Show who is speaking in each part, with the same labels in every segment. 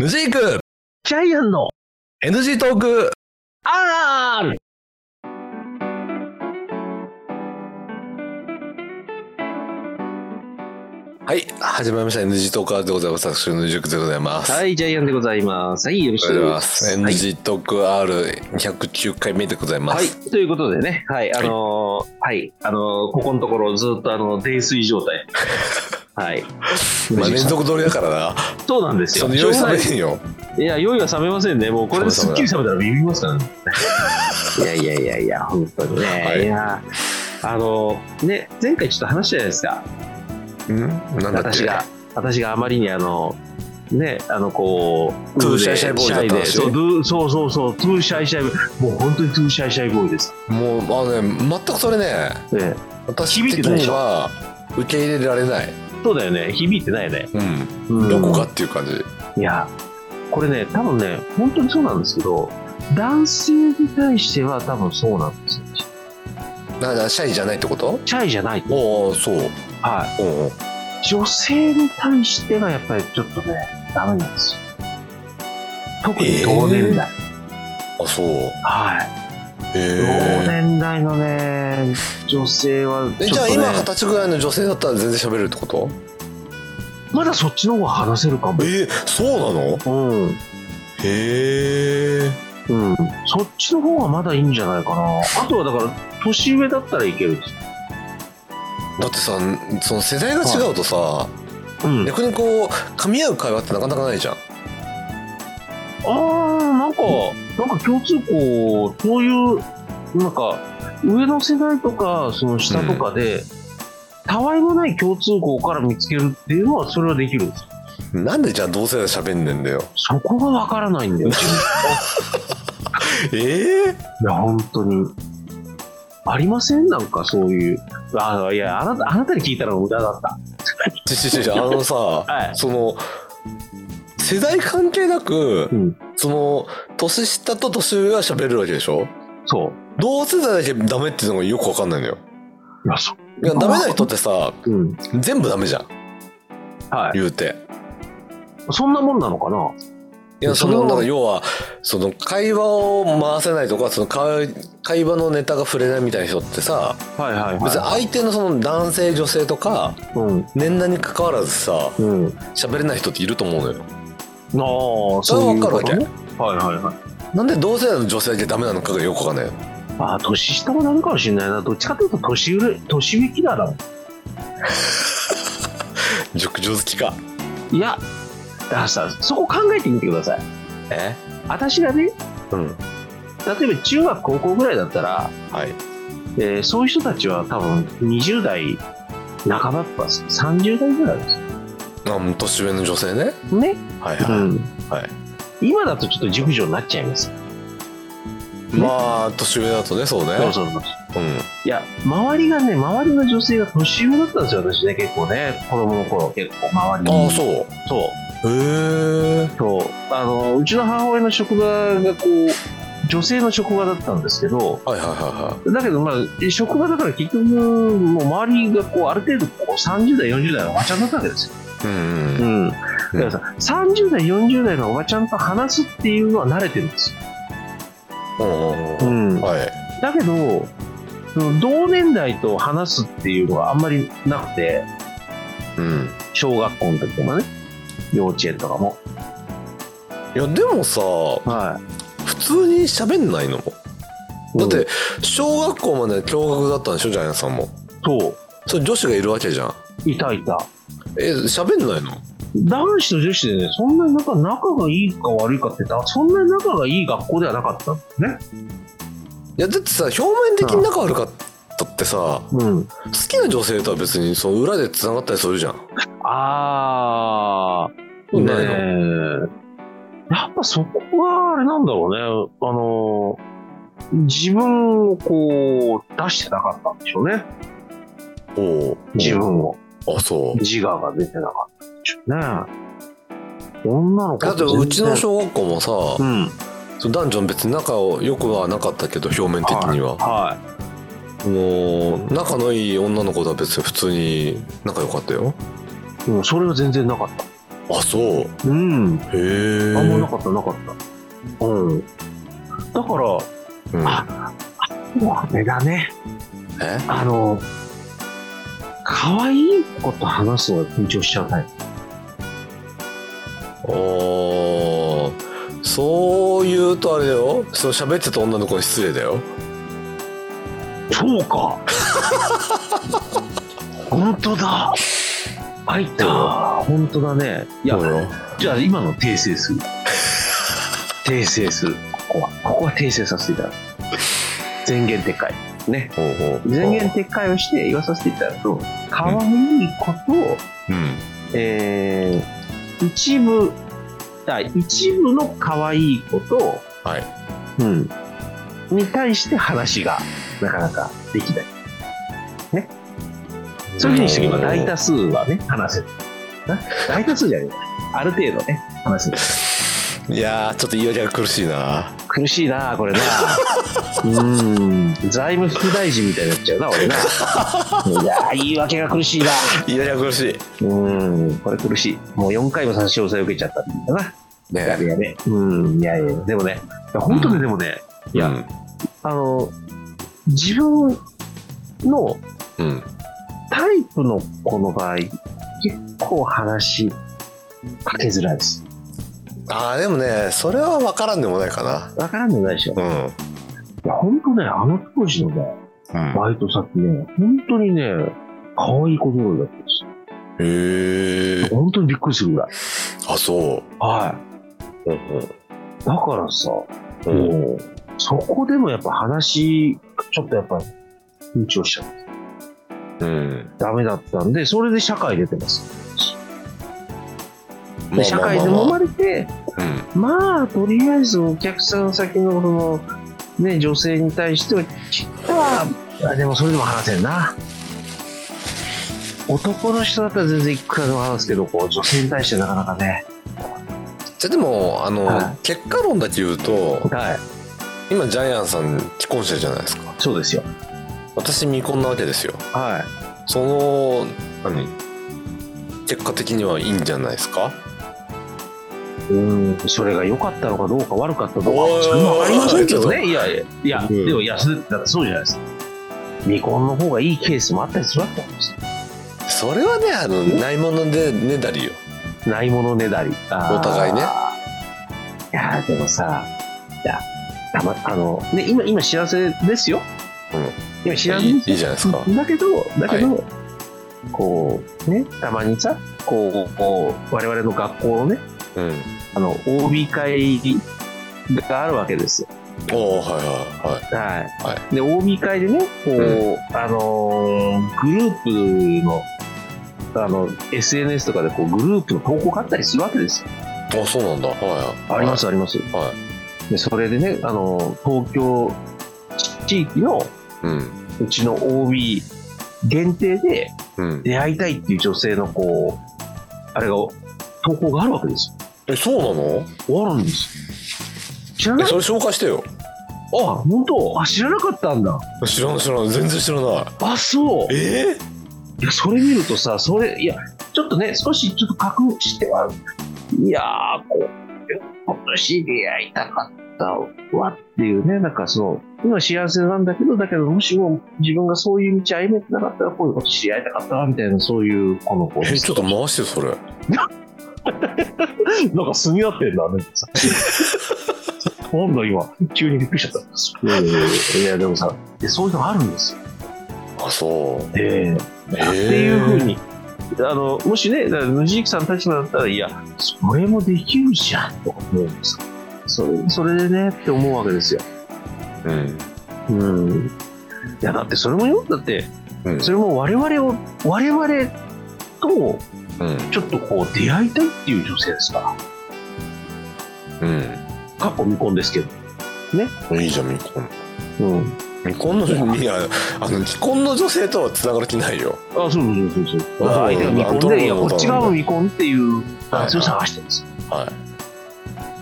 Speaker 1: ヌジーク
Speaker 2: ジャイアンの
Speaker 1: NG トーク
Speaker 2: R!
Speaker 1: はい、始まりました。NG トークアーでございます。私、ヌジークでございます。
Speaker 2: はい、ジャイアンでございます。はい、よろし
Speaker 1: ありがとう
Speaker 2: く
Speaker 1: ご
Speaker 2: お
Speaker 1: ざい
Speaker 2: 願いしま
Speaker 1: ます。
Speaker 2: はい
Speaker 1: NG トーク R209 回目でございま
Speaker 2: はい、
Speaker 1: す。
Speaker 2: ということでね、はい、あのーはい、あのーここのところずっとあの、泥酔状 態。はい。
Speaker 1: まあ、連続撮りだからな。
Speaker 2: そうなんですよ。
Speaker 1: その用意
Speaker 2: しょ
Speaker 1: さ
Speaker 2: うが
Speaker 1: れ
Speaker 2: ない
Speaker 1: へんよ。
Speaker 2: いや、酔いは冷めませんね。もうこれですっきり冷めたらビビりますからね。 いやいやいやいや、本当にね。
Speaker 1: はい
Speaker 2: い、や、あのーね、前回ちょっと話したじゃないですか。
Speaker 1: んなんだっ
Speaker 2: 私
Speaker 1: け
Speaker 2: が、私があまりにあの、ね、あの、こう、
Speaker 1: トゥーシャイシャイボーイだったん
Speaker 2: で
Speaker 1: です
Speaker 2: そ
Speaker 1: よ
Speaker 2: う、トゥーそうそうそう、トゥーシャイシャイボーイ、もう本当にトゥーシャイシャイボーイです。
Speaker 1: もう、あのね、全くそれね、
Speaker 2: ええ
Speaker 1: 私的には受け入れられない。
Speaker 2: そうだよね、響いてないよね。
Speaker 1: うん。
Speaker 2: うん
Speaker 1: どこかっていう感じ。
Speaker 2: いや、これね、多分ね、本当にそうなんですけど、男性に対しては多分そうなんですよ。
Speaker 1: ななシャイじゃないってこと
Speaker 2: シャイじゃないと。
Speaker 1: おおそう。
Speaker 2: は
Speaker 1: おうおう
Speaker 2: い。女性に対してはやっぱりちょっとね、ダメなんですよ。特に同年代。
Speaker 1: あ、そう。
Speaker 2: はい。
Speaker 1: へ
Speaker 2: 同
Speaker 1: え。
Speaker 2: 年代のね女性は
Speaker 1: え
Speaker 2: ち
Speaker 1: じ
Speaker 2: ょっ
Speaker 1: ゃ
Speaker 2: と、
Speaker 1: あ
Speaker 2: ね、
Speaker 1: 今二十歳ぐらいの女性だったら全然喋れるってこと
Speaker 2: まだそっちの方が話せるかも
Speaker 1: えー、そうなの
Speaker 2: うんうん
Speaker 1: へえ。
Speaker 2: そっちの方がまだいいんじゃないかなあとはだから年上だったらいけるんですよ
Speaker 1: だってさその世代が違うとさ、
Speaker 2: うんあ
Speaker 1: 逆にこう噛み合う会話ってなかなかないじゃん
Speaker 2: あーなんかなんか共通項そういうなんか上の世代とかその下とかで、たわいもない共通項から見つけるっていうのはそれはできるんですよ
Speaker 1: なんでじゃあ同世代喋んねんだよ
Speaker 2: そこがわからないん だよ自分
Speaker 1: ええ
Speaker 2: いや、本当に。ありませんなんかそういう。あいや、あなた、あなたに聞いたら無駄だった。
Speaker 1: ちちちちあのさ、
Speaker 2: い
Speaker 1: その世代関係なく
Speaker 2: うん。
Speaker 1: その年下と年上は喋るわけでしょ
Speaker 2: そう。
Speaker 1: 同世代だけダメっていうのがよくわかんないのよ
Speaker 2: いや、そ
Speaker 1: いやダメな人ってさ
Speaker 2: う。うん。
Speaker 1: 全部ダメじゃん
Speaker 2: はい。
Speaker 1: 言うて
Speaker 2: そんなもんなのかない
Speaker 1: やそ
Speaker 2: そ
Speaker 1: の
Speaker 2: の
Speaker 1: なんか要はその会話を回せないとかその会会話のネタが触れないみたいな人ってさ
Speaker 2: はいはい
Speaker 1: 別に相手のその男性女性とか
Speaker 2: い。
Speaker 1: 年代に関わらずさ
Speaker 2: うん。うん。あ
Speaker 1: 喋れない人っていると思うのよ
Speaker 2: あ、
Speaker 1: それ
Speaker 2: そう
Speaker 1: は
Speaker 2: い
Speaker 1: 分
Speaker 2: う
Speaker 1: かる
Speaker 2: こ
Speaker 1: わけ
Speaker 2: とね。はいはいはい。
Speaker 1: なんで同世代の女性だけダメなのかがよくわかんないよ
Speaker 2: ああ、年下もダメかもしれないな。どっちかというと年上、年上キラーだも
Speaker 1: 熟女好きか
Speaker 2: ん。いや、だからさ、そこ考えてみてください。
Speaker 1: え
Speaker 2: 私がね、
Speaker 1: うん
Speaker 2: 例えば中学、高校ぐらいだったら、
Speaker 1: はい
Speaker 2: えーそういう人たちは多分20代半ばとか30代ぐらいです
Speaker 1: あもう年上の女性ね
Speaker 2: よね、
Speaker 1: はいうは
Speaker 2: ん
Speaker 1: はい
Speaker 2: 今だとちょっと熟女になっちゃいます
Speaker 1: いまあ年上だとねそうね
Speaker 2: そうそうそう
Speaker 1: うん
Speaker 2: いや周りがね周りの女性が年上だったんですよ私ね結構ね子供の頃結構周りに
Speaker 1: ああそう
Speaker 2: そう
Speaker 1: へえ
Speaker 2: そうあのうちの母親の職場がこう女性の職場だったんですけど
Speaker 1: はいはいは
Speaker 2: だけどまあ職場だから結局もう周りがこうある程度こう30代40代のおばちゃんだったわけですよ
Speaker 1: いはいうんうん
Speaker 2: うん、だからさ、30代、40代のおばちゃんと話すっていうのは慣れてるんですよ。
Speaker 1: うんうんうんはい
Speaker 2: だけど、その同年代と話すっていうのはあんまりなくて、
Speaker 1: うん
Speaker 2: 小学校の時とかね、幼稚園とかも。
Speaker 1: いやでもさ
Speaker 2: は
Speaker 1: 普通に喋んないの
Speaker 2: い。
Speaker 1: だって、小学校まで共学だったんでしょジャイアンさんも
Speaker 2: そ
Speaker 1: それ女子がいるわけじゃん
Speaker 2: う、いたいた。
Speaker 1: え喋んないの
Speaker 2: 男子と女子でね、そんなに仲仲がいいか悪いかって言ったら、そんなに仲がいい学校ではなかったんですね。
Speaker 1: いやだってさ表面的に仲悪かったってさ、好
Speaker 2: うん。
Speaker 1: きな女性とは別にその裏でつながったりするじゃん
Speaker 2: あー、
Speaker 1: ないの
Speaker 2: ねえやっぱそこはあれなんだろうね。あのー、自分をこう出してなかったんでしょうね。
Speaker 1: おう
Speaker 2: 自分を。
Speaker 1: あそう
Speaker 2: 自我が出てなかったんでしょうね。女の子
Speaker 1: だってうちの小学校もさ、
Speaker 2: うん。
Speaker 1: その男女別に仲良くはなかったけど表面的には、
Speaker 2: はい。
Speaker 1: もう仲のいい女の子とは別に普通に仲良かったよ
Speaker 2: うん、それは全然なかっ
Speaker 1: あそうへ
Speaker 2: うん。
Speaker 1: え
Speaker 2: あんまなかった、なかった。うん。だから、
Speaker 1: うん
Speaker 2: もうあれだね。
Speaker 1: え
Speaker 2: あの、可愛い子と話すのが緊張しちゃうタイプ。
Speaker 1: おそう言うとあれだよその喋ってた女の子に失礼だよ
Speaker 2: そうか 本当だ入った本当だね。いや、
Speaker 1: そうよ
Speaker 2: じゃあ今の訂正す る。訂正する。ここは、ここは訂正させていただく。前言撤回。ね。
Speaker 1: ほうほう
Speaker 2: 前言撤回をして言わさせていただくと、可愛いことを、
Speaker 1: うん
Speaker 2: えー一部、あ一部の可愛いことを、
Speaker 1: はい
Speaker 2: うん、に対して話がなかなかできない。ね。そういうふうにしておけば大多数はね、話せる。な大多数じゃねえある程度ね、話せる。
Speaker 1: いやーちょっと言い訳が苦しいな
Speaker 2: 苦しいな、これな。うーん。財務副大臣みたいになっちゃうな、俺な。いやー、言い訳が苦しいな。
Speaker 1: 言い訳が苦し
Speaker 2: うーん、これ苦しい。もう4回も差し押さえ受けちゃったんだな。
Speaker 1: い
Speaker 2: や
Speaker 1: ね
Speaker 2: べやべ。うん、いやいや、でもね、いや本当
Speaker 1: う
Speaker 2: ね、
Speaker 1: ん
Speaker 2: でもね、
Speaker 1: い
Speaker 2: いや、あの、自分の
Speaker 1: うん
Speaker 2: タイプの子の場合、結構話しかけづらいです。
Speaker 1: あーでもねそれは分からんでもないかな
Speaker 2: わからんでないでしょ。い
Speaker 1: うん
Speaker 2: や、本当ね、あの当時のね、
Speaker 1: うん
Speaker 2: バイト先ね、本当にね、可愛い子供だったんです
Speaker 1: へえ
Speaker 2: よ。本当にびっくりするぐらい。
Speaker 1: あそ
Speaker 2: はい。
Speaker 1: ううん
Speaker 2: だからさ、
Speaker 1: う
Speaker 2: も
Speaker 1: ん
Speaker 2: うそこでもやっぱ話、ちょっとやっぱ緊張しちゃう。
Speaker 1: うん
Speaker 2: ダメだったんで、それで社会出てます。
Speaker 1: まあ
Speaker 2: で社会で
Speaker 1: まあ
Speaker 2: 揉
Speaker 1: まあ
Speaker 2: まれて、
Speaker 1: うん
Speaker 2: まあ、とりあえずお客さん先のその、ね、女性に対しては、ちまあ、あでもそれでも話せるな。男の人だったら全然いくらでも話すけど、こう、女性に対してなかなかね。
Speaker 1: じゃあでもあの、
Speaker 2: は
Speaker 1: 結果論だけ言うと
Speaker 2: はい。
Speaker 1: 今ジャイアンさん既婚者じゃないですか
Speaker 2: そうですよ。
Speaker 1: 私未婚なわけですよ
Speaker 2: はい。
Speaker 1: その何結果的にはいいんじゃないですか
Speaker 2: うん、それが良かったのかどうか悪かったのか
Speaker 1: おいおいおい
Speaker 2: それもありませんけどね。いやいや、いや、
Speaker 1: うん
Speaker 2: でも、いや、それだってそうじゃないですか。未婚の方がいいケースもあったりするわけなんですよ
Speaker 1: それはねあのないものでねだりよ
Speaker 2: ないものねだり。
Speaker 1: お互いね
Speaker 2: いやーでもさ、いや、たま、あの、ね、今、今幸せですよ。
Speaker 1: うん。
Speaker 2: 今幸せ
Speaker 1: いいい
Speaker 2: で
Speaker 1: い
Speaker 2: す
Speaker 1: じ
Speaker 2: よ。
Speaker 1: ゃないですか
Speaker 2: だけど、だけど、こう、ね、たまにさ、こう、こう我々の学校のね、
Speaker 1: うん
Speaker 2: あの、OB 会があるわけですよ
Speaker 1: おおはいはいはい
Speaker 2: はい。
Speaker 1: は
Speaker 2: で、OB 会でね、こう、
Speaker 1: う
Speaker 2: あのーグループの、あの、SNS とかでこう、グループの投稿があったりするわけですよ。
Speaker 1: あそうなんだはいはい
Speaker 2: あります、あります。
Speaker 1: は
Speaker 2: で、それでね、あのー東京地域の
Speaker 1: うん
Speaker 2: うちの OB 限定で
Speaker 1: うん
Speaker 2: 出会いたいっていう女性のこう、あれが、投稿があるわけです
Speaker 1: えそうなの
Speaker 2: よ。あるんですよ。知らな
Speaker 1: え
Speaker 2: い
Speaker 1: それ紹介してよ
Speaker 2: あ、本当あ、知らなかったんだ。
Speaker 1: 知らない知らない全然知らない
Speaker 2: あ、そう。
Speaker 1: え
Speaker 2: いや、それ見るとさ、それ、いや、ちょっとね、少しちょっと隠しては、いやー、こう、今年出会いたかったわっていうね、なんかその、今幸せなんだけど、だけど、もしも自分がそういう道歩めてなかったら、こういうこと知り合いたかったわ、みたいな、そういう、この子
Speaker 1: え
Speaker 2: で
Speaker 1: ちょっと回してよそれ
Speaker 2: なんか住み合ってんだね。なんだ今、急にびっくりしちゃった。いや、でもさ、でそういうのあるんですよ。
Speaker 1: あそう
Speaker 2: え
Speaker 1: え
Speaker 2: え
Speaker 1: ー
Speaker 2: っていうふうに、あのもしね、だから藤木さんの立場だったら、いや、それもできるじゃんとか思うんですよそれそれでねって思うわけですよ。
Speaker 1: うん
Speaker 2: うん、いやだってそれもよ、だって、
Speaker 1: うん
Speaker 2: それも我々を、我々と
Speaker 1: うん
Speaker 2: ちょっとこう出会いたいっていう女性ですから、
Speaker 1: うん
Speaker 2: 過去未婚ですけど、
Speaker 1: いいじゃん未婚
Speaker 2: うん、
Speaker 1: 未婚のいやあの既婚の女性とはつながる気ないよ
Speaker 2: あそうそうそうそうそう、
Speaker 1: あ
Speaker 2: 相手が未婚
Speaker 1: そう
Speaker 2: で、いや、こっち側も
Speaker 1: は
Speaker 2: 未婚っていう男性を探してるんですよ。
Speaker 1: は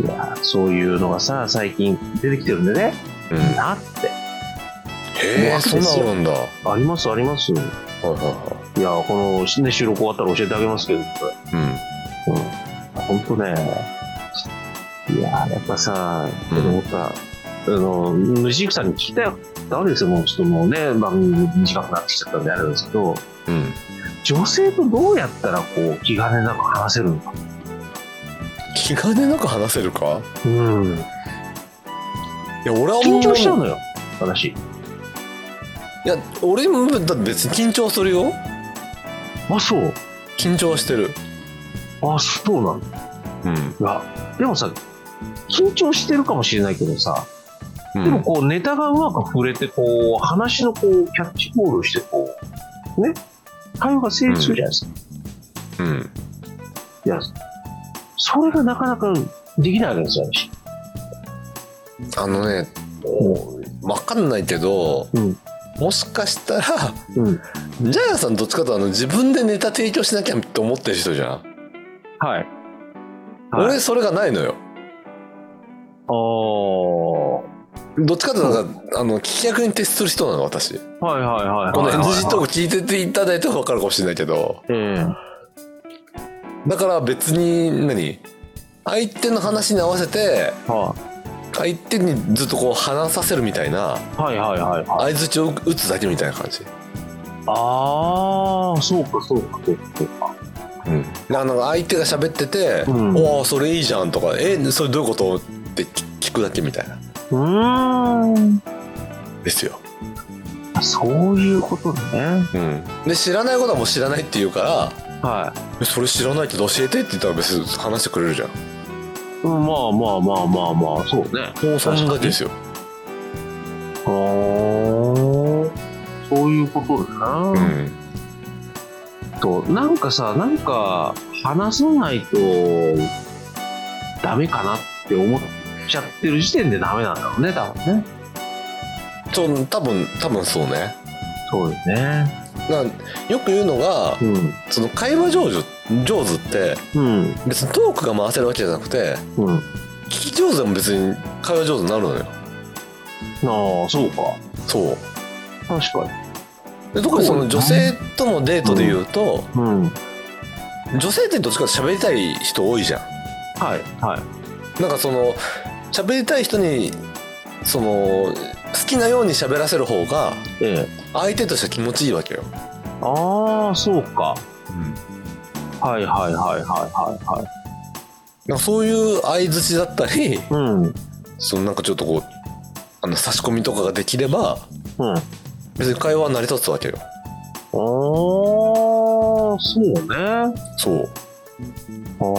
Speaker 1: い
Speaker 2: や、そういうのがさ、最近出てきてるんでね、
Speaker 1: い、うん、
Speaker 2: いいなって。
Speaker 1: へえ
Speaker 2: もう
Speaker 1: そんなんあるんだは
Speaker 2: ありますあります。い
Speaker 1: いはいはい
Speaker 2: や、この、ね、収録終わったら教えてあげますけど、
Speaker 1: うん
Speaker 2: うん、ほんとね。いやー、やっぱさ、
Speaker 1: うん
Speaker 2: 思った。あの、無ジークさんに聞きたかったわけですよ。もうちょっともうね、番組短くなってきちゃったんであれですけ
Speaker 1: う
Speaker 2: ど、
Speaker 1: ん
Speaker 2: 女性とどうやったらこう、気兼ねなく話せるのか。
Speaker 1: 気兼ねなく話せるか
Speaker 2: うん。
Speaker 1: いや俺はもう
Speaker 2: 緊張しちゃうのよ、私。
Speaker 1: いや俺もだって別に緊張するよ
Speaker 2: あ、そう。
Speaker 1: 緊張はしてる
Speaker 2: あ、そうなんだ。
Speaker 1: うん
Speaker 2: いや、でもさ、緊張してるかもしれないけどさ、でもこう、ネタがうまく触れて、こう、話のこう、キャッチボールをして、こう、ね、会話が成立するじゃないですか。
Speaker 1: うん
Speaker 2: いや、それがなかなかできないわけですよ、私。
Speaker 1: あのね
Speaker 2: う
Speaker 1: わかんないけど、
Speaker 2: うん
Speaker 1: もしかしたら
Speaker 2: うん。
Speaker 1: ジャイアンさんどっちかというとあの自分でネタ提供しなきゃって思ってる人じゃん、
Speaker 2: はい。はい
Speaker 1: 俺それがないのよ
Speaker 2: あー。
Speaker 1: どっちかというとなんか、あの聞き役に徹する人なの私
Speaker 2: はいはいはいはいはい。
Speaker 1: この NG トーク聞いてていただいたら分かるかもしれないけど
Speaker 2: ええ
Speaker 1: だから別に何相手の話に合わせて
Speaker 2: は
Speaker 1: 相手にずっとこう話させるみたいない
Speaker 2: はいはいはいはい。
Speaker 1: 相づちを打つだけみたいな感じ、
Speaker 2: あー、そうかそうかそうかそうか。
Speaker 1: うん、あの相手が喋ってて「
Speaker 2: うん
Speaker 1: おおそれいいじゃん」とか「えそれどういうこと?」って聞くだけみたいな
Speaker 2: うーん。
Speaker 1: ですよ、
Speaker 2: そういうことね。
Speaker 1: うん、で知らないことはもう知らないって言うから
Speaker 2: は
Speaker 1: 「えそれ知らないけど教えて」って言ったら別に話してくれるじゃん
Speaker 2: い。うんまあまあまあまあまあ、そうね。
Speaker 1: もうそんだけですよ、
Speaker 2: あーそういうことだな、
Speaker 1: うん、
Speaker 2: と、なんかさ、なんか、話さないと、ダメかなって思っちゃってる時点でダメなんだろうね、多分ね。
Speaker 1: そう多分多分そうね
Speaker 2: そうですね。
Speaker 1: なんよく言うのが
Speaker 2: う
Speaker 1: その会話上手上手って
Speaker 2: ん。うん。
Speaker 1: 別にトークが回せるわけじゃなくて
Speaker 2: うん。
Speaker 1: 聞き上手でも別に会話上手になるのよ
Speaker 2: ああ、そうか。
Speaker 1: そう
Speaker 2: 確か
Speaker 1: で特にその女性とのデートで言うと、
Speaker 2: に。うん。はい。
Speaker 1: 女性ってどっちかって喋りたい人多いじゃん
Speaker 2: はい。
Speaker 1: なんかその喋りたい人にその好きなように喋らせる方が
Speaker 2: ええ。
Speaker 1: 相手としては気持ちいいわけよ、
Speaker 2: ああ、そうか。はいはいはいはいはいはい。
Speaker 1: なんかそういう相づちだったり
Speaker 2: うん。うん。
Speaker 1: そのなんかちょっとこうあの差し込みとかができれば別に会話は成り立つわけよ
Speaker 2: ああ、そうね。
Speaker 1: そう
Speaker 2: あ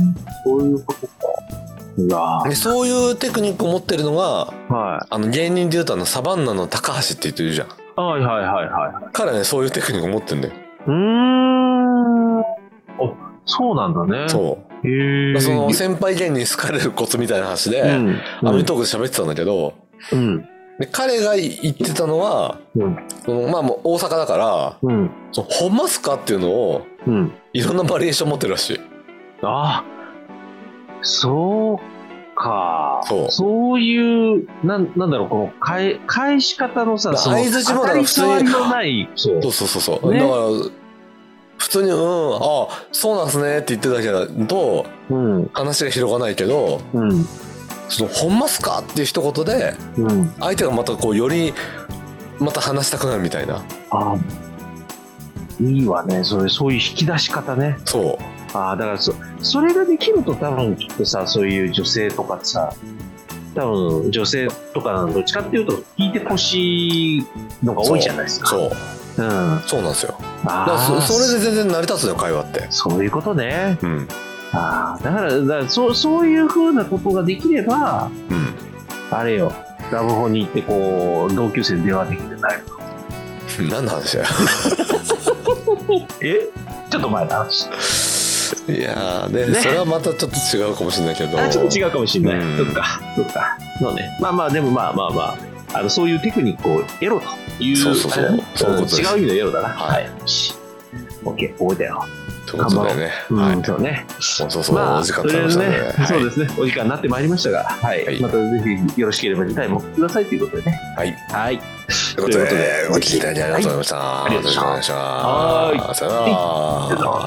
Speaker 2: あ、そういうことか。いや
Speaker 1: でそういうテクニックを持ってるのが
Speaker 2: は
Speaker 1: あの芸人で言うとあのサバンナの高橋って言ってるじゃん
Speaker 2: い。はいはいはいはい。
Speaker 1: 彼ねそういうテクニックを持ってるんだよ、
Speaker 2: うーん。あ、そうなんだね。う。
Speaker 1: そう
Speaker 2: へえ。
Speaker 1: その先輩芸人好かれるコツみたいな話で、
Speaker 2: うん。
Speaker 1: アメトークで喋ってたんだけど、
Speaker 2: うん。
Speaker 1: で彼が言ってたのは、
Speaker 2: うん。
Speaker 1: そのまあもう大阪だから、
Speaker 2: うん。
Speaker 1: そのほんますかっていうのを
Speaker 2: うん。
Speaker 1: いろんなバリエーション持ってるらしい。
Speaker 2: あそうか。
Speaker 1: そう
Speaker 2: そういう、なん、なんだろう、この、返、返し方のさ、
Speaker 1: だ
Speaker 2: その、
Speaker 1: 相槌もだから
Speaker 2: 当たり
Speaker 1: 普通に
Speaker 2: 障りのない、そう
Speaker 1: そうそうそうそう。
Speaker 2: ね
Speaker 1: だから、普通に、うん、あそうなんすねって言ってたけど、と
Speaker 2: うん。
Speaker 1: 話が広がないけど、
Speaker 2: うん。
Speaker 1: そのほんますかっていう一言で、
Speaker 2: うん。
Speaker 1: 相手がまたこう、より、また話したくなるみたいな。
Speaker 2: あいいわね。それ、そういう引き出し方ね。
Speaker 1: そ
Speaker 2: ああ、だからそ、それができると多分きっとさ、そういう女性とかさ、多分女性とかどっちかっていうと聞いてほしいのが多いじゃないです
Speaker 1: う。
Speaker 2: か。う。
Speaker 1: そう。
Speaker 2: ん。あ
Speaker 1: そうなんですよ。だから
Speaker 2: あ
Speaker 1: そ
Speaker 2: ー、
Speaker 1: それで全然成り立つのよ、会話って。
Speaker 2: そういうことね。
Speaker 1: うん。
Speaker 2: ああ、だから、だからそうそういうふうなことができれば、
Speaker 1: うん。
Speaker 2: あれよ、ラブホに行ってこう、同級生に電話できてない。
Speaker 1: 何の話だよ
Speaker 2: えちょっと前の話。
Speaker 1: いやーね
Speaker 2: ね
Speaker 1: それはまたちょっと違うかもしれないけど
Speaker 2: あちょっと違うかもしれない。
Speaker 1: うん
Speaker 2: そっか、そっか。そうね。まあまあ、でもまあまあまあ、あのそういうテクニックをエロという、
Speaker 1: そうそうそう
Speaker 2: あれだね
Speaker 1: そういうことです
Speaker 2: ん違う意味のエロだな。
Speaker 1: はい
Speaker 2: よし。OK、覚えたよ。
Speaker 1: ということでね、はい、
Speaker 2: うん、
Speaker 1: も
Speaker 2: そうね。
Speaker 1: うそうそう、お時間取りましたので、
Speaker 2: とりあえずね、
Speaker 1: は
Speaker 2: そう
Speaker 1: い
Speaker 2: ですね、お時間になってまいりましたが、はい。
Speaker 1: はい
Speaker 2: またぜひよろしければ次回もくださいということでね。
Speaker 1: はい、
Speaker 2: はい。
Speaker 1: ということで
Speaker 2: という
Speaker 1: お
Speaker 2: ことで
Speaker 1: 聞きいただきありがとうございました、
Speaker 2: いあり
Speaker 1: よ
Speaker 2: が
Speaker 1: ろ
Speaker 2: とうご
Speaker 1: しく
Speaker 2: ざ
Speaker 1: お
Speaker 2: い
Speaker 1: 願
Speaker 2: ま
Speaker 1: いしますさ
Speaker 2: はい
Speaker 1: よなら
Speaker 2: さよなら